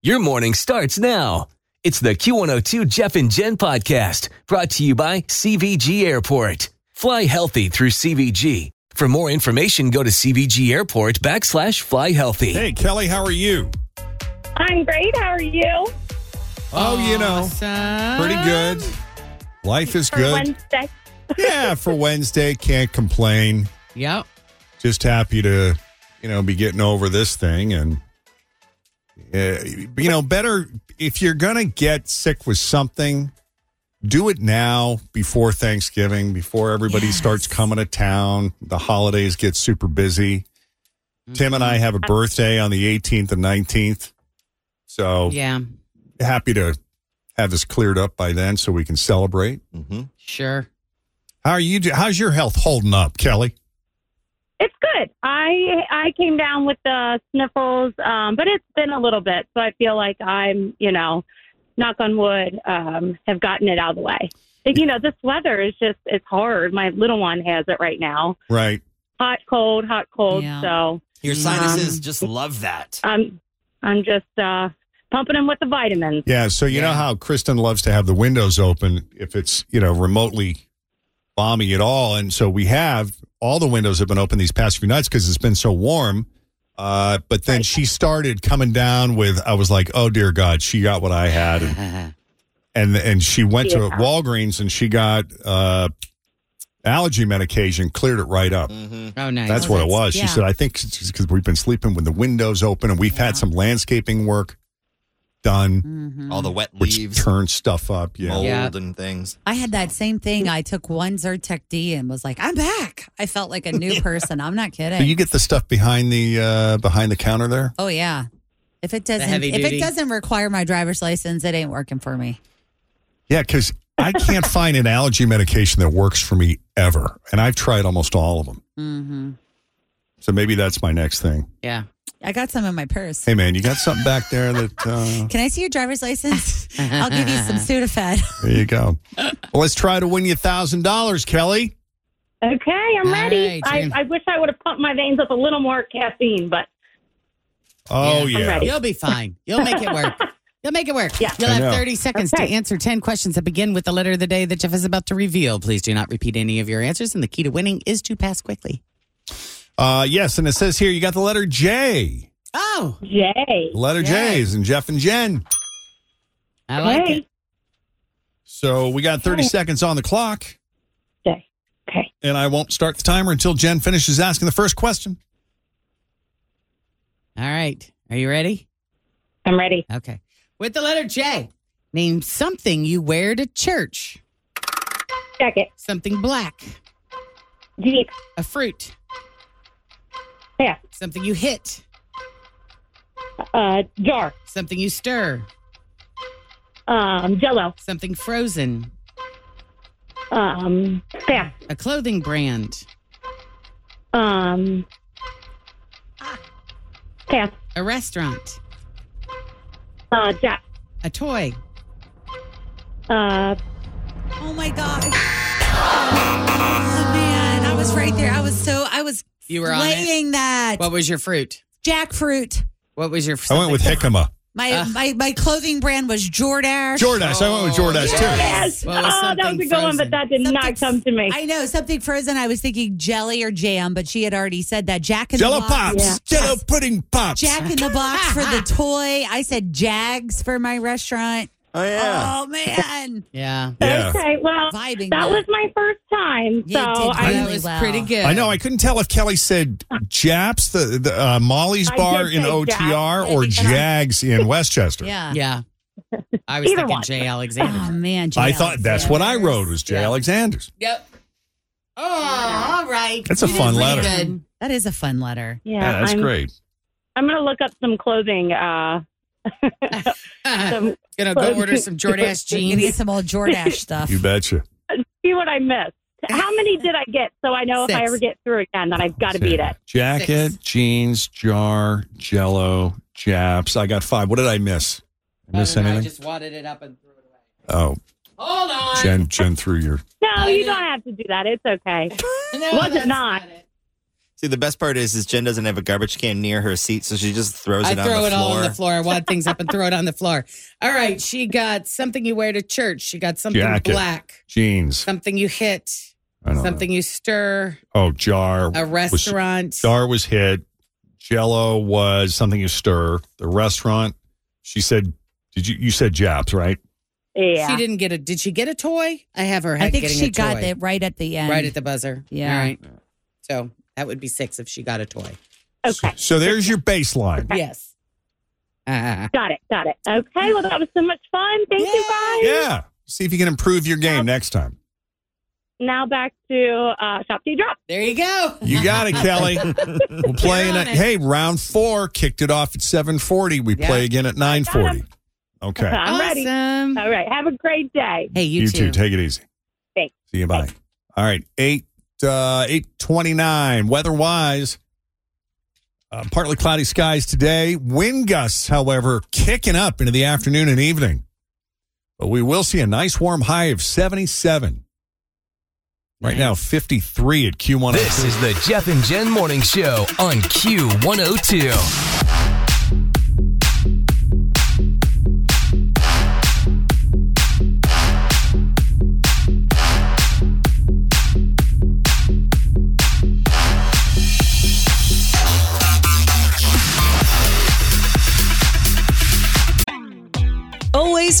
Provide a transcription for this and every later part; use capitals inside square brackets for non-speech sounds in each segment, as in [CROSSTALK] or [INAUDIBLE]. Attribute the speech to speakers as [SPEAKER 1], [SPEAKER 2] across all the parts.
[SPEAKER 1] Your morning starts now. It's the Q102 Jeff and Jen podcast brought to you by CVG Airport. Fly healthy through CVG. For more information, go to CVG Airport backslash fly healthy.
[SPEAKER 2] Hey, Kelly, how are you?
[SPEAKER 3] I'm great. How are you?
[SPEAKER 2] Oh, you know, pretty good. Life is
[SPEAKER 3] For
[SPEAKER 2] good.
[SPEAKER 3] Wednesday.
[SPEAKER 2] [LAUGHS] yeah, for Wednesday, can't complain.
[SPEAKER 4] Yep.
[SPEAKER 2] Just happy to, you know, be getting over this thing. And, uh, you know, better if you're going to get sick with something, do it now before Thanksgiving, before everybody starts coming to town. The holidays get super busy. Tim and I
[SPEAKER 3] Mm-hmm.
[SPEAKER 2] have a birthday on the 18th and 19th. So,
[SPEAKER 4] Yeah.
[SPEAKER 2] happy to have this cleared up by then so we can celebrate.
[SPEAKER 4] Sure.
[SPEAKER 2] How are you? Do- how's your health holding up, Kelly?
[SPEAKER 3] It's good. I I came down with the sniffles, um, but it's been a little bit, so I feel like I'm, you know, knock on wood, um, have gotten it out of the way. But, You know, this weather is just it's hard. My little one has it right now.
[SPEAKER 2] Right.
[SPEAKER 3] Hot, cold, hot, cold.
[SPEAKER 4] Yeah.
[SPEAKER 3] So
[SPEAKER 5] Your sinuses just love that.
[SPEAKER 3] I'm I'm just uh, pumping him with the vitamins.
[SPEAKER 2] Yeah. So you know
[SPEAKER 4] Yeah.
[SPEAKER 2] how Kristen loves to have the windows open if it's you know remotely balmy at all, and so we have all the windows have been open these past few nights because it's been so warm. Uh, but then she started coming down with I was like, oh dear God, she got what I had, and and, and she went to
[SPEAKER 3] Yeah.
[SPEAKER 2] Walgreens and she got uh, allergy medication, cleared it right up.
[SPEAKER 4] Oh, nice.
[SPEAKER 2] That's what it was. She said, I think because we've been sleeping with the windows open and we've had some landscaping work done,
[SPEAKER 6] Mm-hmm.
[SPEAKER 5] All the wet
[SPEAKER 2] which
[SPEAKER 5] leaves,
[SPEAKER 2] turns stuff up. Yeah.
[SPEAKER 5] mold,
[SPEAKER 4] Yeah.
[SPEAKER 5] and things.
[SPEAKER 6] I had that same thing. I took one Zyrtec D and was like, I'm back. I felt like a [LAUGHS] new person. I'm not kidding.
[SPEAKER 2] Do you get the stuff behind the uh, behind the counter there?
[SPEAKER 6] oh yeah. If it doesn't
[SPEAKER 4] heavy
[SPEAKER 6] if
[SPEAKER 4] duty.
[SPEAKER 6] it doesn't require my driver's license, it ain't working for me.
[SPEAKER 2] Yeah, because I can't find an allergy medication that works for me ever, and I've tried almost all of them.
[SPEAKER 4] Mm-hmm.
[SPEAKER 2] So maybe that's my next thing.
[SPEAKER 4] Yeah.
[SPEAKER 6] I got some in my purse.
[SPEAKER 2] Hey man, you got something back there that uh,
[SPEAKER 6] Can I see your driver's [LAUGHS] license? I'll give you some Sudafed.
[SPEAKER 2] there you go. Well, let's try to win you thousand dollars, Kelly.
[SPEAKER 3] Okay, I'm
[SPEAKER 4] All
[SPEAKER 3] ready.
[SPEAKER 4] right,
[SPEAKER 3] I,
[SPEAKER 4] Jen.
[SPEAKER 3] I wish I would have pumped my veins with a little more caffeine, but
[SPEAKER 2] Oh
[SPEAKER 4] Yeah,
[SPEAKER 2] yeah,
[SPEAKER 3] I'm ready.
[SPEAKER 4] You'll be fine. You'll make it work. You'll make it work.
[SPEAKER 3] Yeah.
[SPEAKER 4] You'll
[SPEAKER 2] I
[SPEAKER 4] have
[SPEAKER 2] know.
[SPEAKER 4] 30 seconds to
[SPEAKER 3] Okay.
[SPEAKER 4] answer 10 questions that begin with the letter of the day that Jeff is about to reveal. Please do not repeat any of your answers. And the key to winning is to pass quickly.
[SPEAKER 2] Uh, yes, and it says here you got the letter J.
[SPEAKER 4] Oh,
[SPEAKER 3] yay.
[SPEAKER 2] Letter
[SPEAKER 4] Yay.
[SPEAKER 2] J's and Jeff and Jen.
[SPEAKER 4] I like
[SPEAKER 3] Hey.
[SPEAKER 4] it.
[SPEAKER 2] So we got 30 seconds on the clock,
[SPEAKER 3] Okay. Okay.
[SPEAKER 2] and I won't start the timer until Jen finishes asking the first question.
[SPEAKER 4] All right. Are you ready?
[SPEAKER 3] I'm ready.
[SPEAKER 4] Okay. With the letter J, name something you wear to church.
[SPEAKER 3] Jacket.
[SPEAKER 4] Something black,
[SPEAKER 3] Jeep.
[SPEAKER 4] a fruit,
[SPEAKER 3] Yeah.
[SPEAKER 4] something you hit,
[SPEAKER 3] Uh, jar.
[SPEAKER 4] something you stir,
[SPEAKER 3] Um, Jello.
[SPEAKER 4] something frozen,
[SPEAKER 3] Um, pass.
[SPEAKER 4] a clothing brand,
[SPEAKER 3] Um, pass.
[SPEAKER 4] a restaurant,
[SPEAKER 3] Uh, Jack.
[SPEAKER 4] a toy.
[SPEAKER 3] Uh,
[SPEAKER 6] [LAUGHS] Oh my gosh. Oh man, I was right there. I was so I was
[SPEAKER 4] You were on it.
[SPEAKER 6] playing that.
[SPEAKER 4] What was your fruit?
[SPEAKER 6] Jackfruit.
[SPEAKER 4] What was your?
[SPEAKER 2] Oh. I went with Hickama.
[SPEAKER 6] My, my my clothing brand was Jordache.
[SPEAKER 2] Jordache. I went with Jordache too.
[SPEAKER 3] Yes.
[SPEAKER 4] Well, it was
[SPEAKER 3] oh, that was a
[SPEAKER 4] something
[SPEAKER 3] good one,
[SPEAKER 4] frozen.
[SPEAKER 3] but that did
[SPEAKER 6] Something-
[SPEAKER 3] not come to me.
[SPEAKER 6] I know something frozen. I was thinking jelly or jam, but she had already said that. Jack in
[SPEAKER 2] Jello
[SPEAKER 6] the box.
[SPEAKER 2] pops. Jello pudding pops.
[SPEAKER 6] Jack in the box for
[SPEAKER 4] [LAUGHS]
[SPEAKER 6] the toy. I said Jags for my restaurant.
[SPEAKER 5] Oh yeah.
[SPEAKER 6] Oh man,
[SPEAKER 4] Yeah.
[SPEAKER 2] Yeah.
[SPEAKER 3] Okay, well,
[SPEAKER 6] Vibing
[SPEAKER 3] that
[SPEAKER 6] well.
[SPEAKER 3] was my first time,
[SPEAKER 6] You
[SPEAKER 3] so
[SPEAKER 6] did
[SPEAKER 3] I
[SPEAKER 6] really
[SPEAKER 4] that was
[SPEAKER 6] well.
[SPEAKER 4] pretty good.
[SPEAKER 2] I know. I couldn't tell if Kelly said Japs, the, the uh, Molly's
[SPEAKER 3] I
[SPEAKER 2] Bar
[SPEAKER 3] did
[SPEAKER 2] in
[SPEAKER 3] say
[SPEAKER 2] OTR,
[SPEAKER 3] Japs,
[SPEAKER 2] or
[SPEAKER 3] and I-
[SPEAKER 2] Jags
[SPEAKER 3] [LAUGHS]
[SPEAKER 2] in Westchester.
[SPEAKER 4] [LAUGHS]
[SPEAKER 6] Yeah.
[SPEAKER 4] Yeah. I was
[SPEAKER 3] Either
[SPEAKER 4] thinking
[SPEAKER 3] one.
[SPEAKER 4] Jay Alexander.
[SPEAKER 6] [LAUGHS] Oh man,
[SPEAKER 2] I
[SPEAKER 6] Jay
[SPEAKER 2] thought that's
[SPEAKER 6] Alexander.
[SPEAKER 2] what I wrote was Jay Alexander's.
[SPEAKER 4] Yep. Oh, all right.
[SPEAKER 2] That's a
[SPEAKER 4] You did
[SPEAKER 2] fun
[SPEAKER 4] pretty
[SPEAKER 2] letter.
[SPEAKER 4] good.
[SPEAKER 6] That is a fun letter.
[SPEAKER 3] yeah,
[SPEAKER 2] Yeah, that's
[SPEAKER 3] I'm,
[SPEAKER 2] great.
[SPEAKER 3] I'm gonna look up some clothing.
[SPEAKER 4] [LAUGHS]
[SPEAKER 3] Uh, some,
[SPEAKER 4] Gonna go order
[SPEAKER 3] [LAUGHS]
[SPEAKER 4] some Jordache
[SPEAKER 6] Gonna get
[SPEAKER 4] jeans.
[SPEAKER 6] some
[SPEAKER 4] [LAUGHS]
[SPEAKER 6] old Jordache stuff.
[SPEAKER 2] You betcha.
[SPEAKER 3] see what I missed. How many did I get? So I know if I
[SPEAKER 4] Six.
[SPEAKER 3] ever get through again, that I've got to beat it.
[SPEAKER 2] Jacket,
[SPEAKER 4] Six.
[SPEAKER 2] jeans, jar, jello, Japs. I got five. What did I miss? I miss anything?
[SPEAKER 4] just wadded it up and threw it away.
[SPEAKER 2] oh,
[SPEAKER 4] Hold on.
[SPEAKER 2] Jen, Jen through your.
[SPEAKER 3] No,
[SPEAKER 4] I
[SPEAKER 3] you
[SPEAKER 4] know.
[SPEAKER 3] don't have to do that. It's
[SPEAKER 4] [LAUGHS]
[SPEAKER 3] okay.
[SPEAKER 4] No,
[SPEAKER 3] Was it
[SPEAKER 4] Oh, that's
[SPEAKER 3] not?
[SPEAKER 4] it.
[SPEAKER 5] See, the best part is, is Jen doesn't have a garbage can near her seat, so she just throws
[SPEAKER 4] I
[SPEAKER 5] it on
[SPEAKER 4] throw
[SPEAKER 5] the
[SPEAKER 4] it
[SPEAKER 5] floor.
[SPEAKER 4] all on the floor. I wad things up and throw it on the floor. All right. She got something you wear to church. She got something
[SPEAKER 2] Jacket.
[SPEAKER 4] black,
[SPEAKER 2] Jeans.
[SPEAKER 4] something you hit,
[SPEAKER 2] I don't
[SPEAKER 4] something you stir,
[SPEAKER 2] Know. Oh, jar.
[SPEAKER 4] a restaurant.
[SPEAKER 2] Jar was hit. Jello was something you stir. The restaurant. She said, "Did you? You said Japs, right?
[SPEAKER 3] Yeah.
[SPEAKER 4] She didn't get a. Did she get a toy? I have her.
[SPEAKER 6] I
[SPEAKER 4] head
[SPEAKER 6] think
[SPEAKER 4] getting
[SPEAKER 6] she
[SPEAKER 4] a
[SPEAKER 6] got
[SPEAKER 4] toy.
[SPEAKER 6] that right at the end.
[SPEAKER 4] right at the buzzer.
[SPEAKER 6] Yeah.
[SPEAKER 4] All right. So that would be six if she got a toy.
[SPEAKER 3] okay.
[SPEAKER 2] So there's your baseline.
[SPEAKER 4] [LAUGHS] Yes. Ah.
[SPEAKER 3] Got it. Got it. Okay. Well, that was so much fun. Thank you guys.
[SPEAKER 2] Yeah. See if you can improve your game next time.
[SPEAKER 3] Now back to uh, Shop D Drop.
[SPEAKER 4] there you go.
[SPEAKER 2] You got it, Kelly.
[SPEAKER 4] [LAUGHS]
[SPEAKER 2] We'll play in
[SPEAKER 4] You're
[SPEAKER 2] a,
[SPEAKER 4] on it.
[SPEAKER 2] hey round four. Kicked it off at seven forty. We play
[SPEAKER 4] Yeah.
[SPEAKER 2] again at nine forty. Okay.
[SPEAKER 3] I'm ready.
[SPEAKER 4] awesome.
[SPEAKER 3] All right. Have a great day.
[SPEAKER 4] Hey, you,
[SPEAKER 2] You
[SPEAKER 4] too.
[SPEAKER 2] two, take it easy.
[SPEAKER 3] Thanks.
[SPEAKER 2] See you. Bye. All right. Eight uh, eight twenty nine. Weather wise, uh, partly cloudy skies today. Wind gusts, however, kicking up into the afternoon and evening. But we will see a nice warm high of seventy seven. Right now, fifty three at Q one.
[SPEAKER 1] Oh.
[SPEAKER 2] oh
[SPEAKER 1] This is the Jeff and Jen Morning Show on Q102.
[SPEAKER 7] Always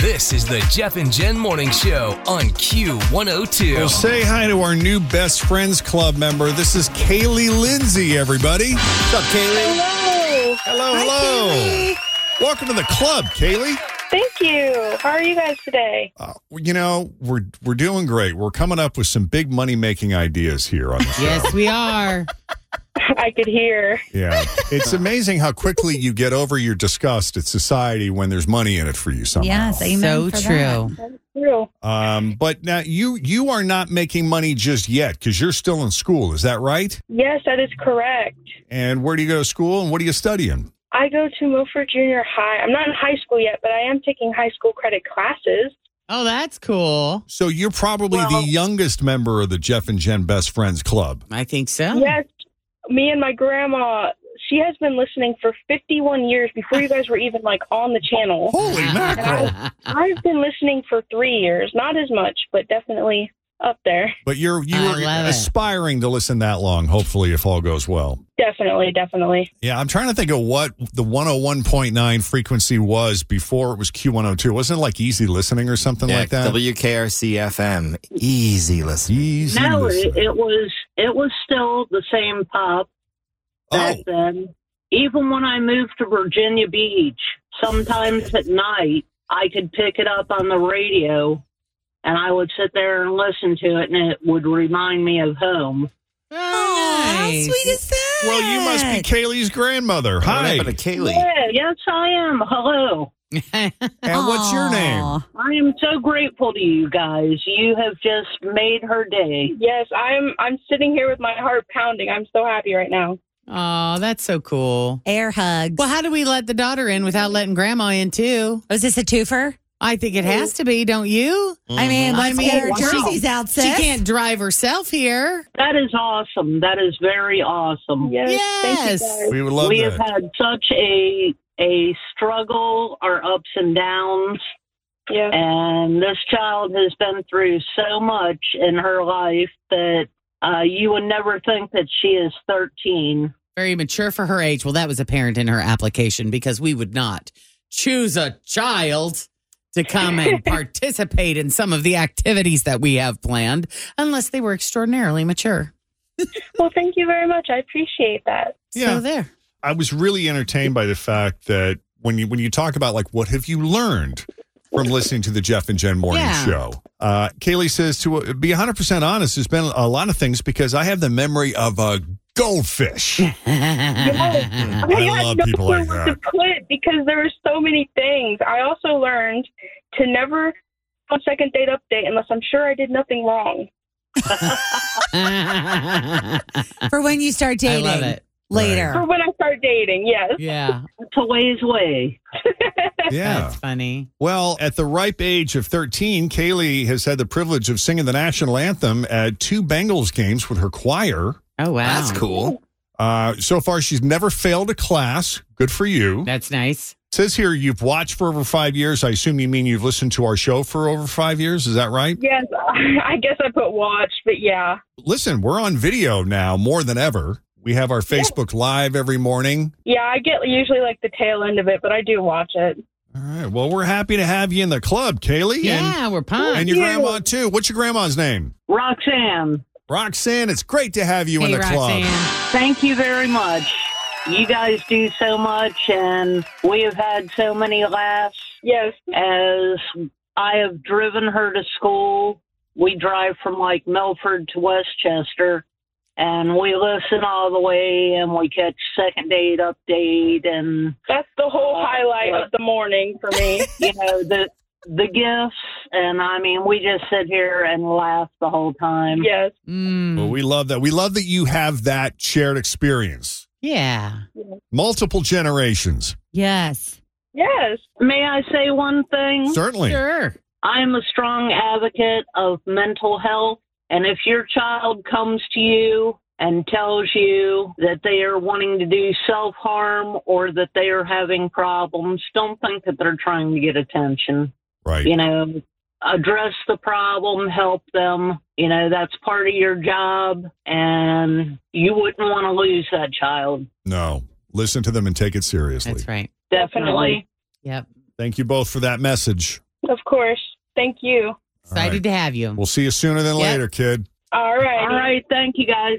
[SPEAKER 1] This is the Jeff and Jen Morning Show on
[SPEAKER 2] Well,
[SPEAKER 1] Q102.
[SPEAKER 2] say hi to our new Best Friends Club member. This is Kaylee Lindsay, everybody. What's up, Kaylee? Hello. Hello, hello. Welcome to the club, Kaylee.
[SPEAKER 3] Thank you. How are you guys today?
[SPEAKER 2] Uh, you know, we're we're doing great. We're coming up with some big money making ideas here on
[SPEAKER 4] [LAUGHS]
[SPEAKER 2] the show.
[SPEAKER 4] Yes, we [LAUGHS] are.
[SPEAKER 3] I could hear.
[SPEAKER 2] Yeah. It's amazing how quickly you get over your disgust at society when there's money in it for you somehow.
[SPEAKER 6] Yes,
[SPEAKER 4] so
[SPEAKER 6] amen for that.
[SPEAKER 4] true.
[SPEAKER 3] That's true.
[SPEAKER 2] Um, but now you you are not making money just yet because you're still in school. Is that right?
[SPEAKER 3] Yes, that is correct.
[SPEAKER 2] And where do you go to school and what are you studying?
[SPEAKER 3] I go to Milford Junior High. I'm not in high school yet, but I am taking high school credit classes.
[SPEAKER 4] Oh, that's cool.
[SPEAKER 2] So you're probably
[SPEAKER 3] Well-
[SPEAKER 2] the youngest member of the Jeff and Jen Best Friends Club.
[SPEAKER 4] I think so.
[SPEAKER 3] Yes, me and my grandma. She has been listening for 51 years before you guys were even like on the channel.
[SPEAKER 2] Holy mackerel!
[SPEAKER 6] [LAUGHS]
[SPEAKER 3] I've been listening for three years, not as much, but definitely up there.
[SPEAKER 2] But you're you are aspiring to listen that long, hopefully, if all goes well.
[SPEAKER 3] Definitely, definitely.
[SPEAKER 2] Yeah, I'm trying to think of what the 101.9 frequency was before it was Q102. Wasn't it like easy listening or something like that?
[SPEAKER 8] WKRC FM. Easy listen.
[SPEAKER 2] Easy
[SPEAKER 6] No,
[SPEAKER 2] listen.
[SPEAKER 6] it, it was it was still the same pop
[SPEAKER 2] Oh,
[SPEAKER 6] back then. Even when I moved to Virginia Beach, sometimes at night I could pick it up on the radio, and I would sit there and listen to it, and it would remind me of home.
[SPEAKER 4] How sweet is that?
[SPEAKER 2] Well, you must be Kaylee's grandmother. Hi.
[SPEAKER 8] happened to Kaylee?
[SPEAKER 6] Yeah, yes, I am. Hello.
[SPEAKER 4] and [LAUGHS]
[SPEAKER 2] what's your name?
[SPEAKER 6] I am so grateful to you guys. You have just made her day.
[SPEAKER 3] Yes, I'm I'm sitting here with my heart pounding. I'm so happy right now.
[SPEAKER 4] Oh, that's so cool.
[SPEAKER 9] Air hugs.
[SPEAKER 4] Well, how do we let the daughter in without letting grandma in too?
[SPEAKER 9] Was Oh, this a twofer?
[SPEAKER 4] I think it has to be, don't you?
[SPEAKER 5] Mm-hmm.
[SPEAKER 9] I mean, let's get her
[SPEAKER 4] she-
[SPEAKER 9] jerseys out,
[SPEAKER 4] She
[SPEAKER 9] sis.
[SPEAKER 4] can't drive herself here.
[SPEAKER 6] That is awesome. That is very awesome.
[SPEAKER 3] Yes.
[SPEAKER 4] Yes.
[SPEAKER 2] We would love
[SPEAKER 6] we
[SPEAKER 2] that.
[SPEAKER 6] have had such a a struggle, our ups and downs,
[SPEAKER 3] Yeah.
[SPEAKER 6] and this child has been through so much in her life that uh, you would never think that she is thirteen.
[SPEAKER 4] Very mature for her age. Well, that was apparent in her application because we would not choose a child to come and participate in some of the activities that we have planned unless they were extraordinarily mature.
[SPEAKER 3] Well, thank you very much. I appreciate
[SPEAKER 6] [LAUGHS]
[SPEAKER 3] that.
[SPEAKER 2] Yeah.
[SPEAKER 4] So there. [LAUGHS]
[SPEAKER 2] I was really entertained by the fact that when you when you talk about like what have you learned from listening to the Jeff and Jen morning
[SPEAKER 4] Yeah.
[SPEAKER 2] show, uh, Kaylee says to uh, be 100 percent honest, there's been a lot of things because I have the memory of a goldfish.
[SPEAKER 3] I,
[SPEAKER 2] I love
[SPEAKER 3] no
[SPEAKER 2] people
[SPEAKER 3] clue
[SPEAKER 2] like that.
[SPEAKER 3] what To put because there are so many things. I also learned to never on second date update unless I'm sure I did nothing wrong.
[SPEAKER 9] For when you start
[SPEAKER 4] I
[SPEAKER 9] dating
[SPEAKER 4] love it.
[SPEAKER 9] later.
[SPEAKER 3] For when I start dating, yes.
[SPEAKER 4] Yeah.
[SPEAKER 6] It's a ways way.
[SPEAKER 2] Yeah.
[SPEAKER 4] That's funny.
[SPEAKER 2] Well, at the ripe age of 13, Kaylee has had the privilege of singing the national anthem at two Bengals games with her choir.
[SPEAKER 4] Oh, wow.
[SPEAKER 8] That's cool.
[SPEAKER 2] Uh, so far, she's never failed a class. Good for you.
[SPEAKER 4] That's nice.
[SPEAKER 2] It says here you've watched for over five years. I assume you mean you've listened to our show for over five years. Is that right?
[SPEAKER 3] Yes, [LAUGHS] I guess I put watch, but yeah.
[SPEAKER 2] Listen, we're on video now more than ever. We have our Facebook Live every morning.
[SPEAKER 3] Yeah, I get usually like the tail end of it, but I do watch it.
[SPEAKER 2] All right. Well, we're happy to have you in the club, Kaylee.
[SPEAKER 4] Yeah, we're
[SPEAKER 2] And,
[SPEAKER 4] pumped.
[SPEAKER 2] and your grandma, too. What's your grandma's name?
[SPEAKER 6] Roxanne,
[SPEAKER 2] Roxanne. It's great to have you in
[SPEAKER 4] Hey,
[SPEAKER 2] the club.
[SPEAKER 4] Roxanne.
[SPEAKER 6] thank you very much. You guys do so much, and we have had so many laughs.
[SPEAKER 3] Yes.
[SPEAKER 6] as I have driven her to school. We drive from like Milford to Westchester and we listen all the way and we catch second date update and
[SPEAKER 3] That's the whole highlight of the morning for
[SPEAKER 6] [LAUGHS]
[SPEAKER 3] me.
[SPEAKER 6] you know the the gifts and I mean we just sit here and laugh the whole time.
[SPEAKER 3] yes.
[SPEAKER 4] Mm,
[SPEAKER 2] Well, we love that. We love that you have that shared experience.
[SPEAKER 4] yeah.
[SPEAKER 2] Multiple generations.
[SPEAKER 9] Yes.
[SPEAKER 3] Yes.
[SPEAKER 6] May I say one thing?
[SPEAKER 2] Certainly.
[SPEAKER 4] Sure.
[SPEAKER 6] I'm a strong advocate of mental health. And if your child comes to you and tells you that they are wanting to do self harm or that they are having problems, don't think that they're trying to get attention.
[SPEAKER 2] Right.
[SPEAKER 6] You know, address the problem, help them. You know, that's part of your job. And you wouldn't want to lose that child.
[SPEAKER 2] No. Listen to them and take it seriously.
[SPEAKER 4] That's right.
[SPEAKER 6] Definitely.
[SPEAKER 4] Yep.
[SPEAKER 2] Thank you both for that message.
[SPEAKER 3] Of course. Thank you.
[SPEAKER 2] All right.
[SPEAKER 4] Excited to have you.
[SPEAKER 2] We'll see you sooner than
[SPEAKER 4] Yeah.
[SPEAKER 2] later, kid.
[SPEAKER 3] All right.
[SPEAKER 6] All right. Thank you guys.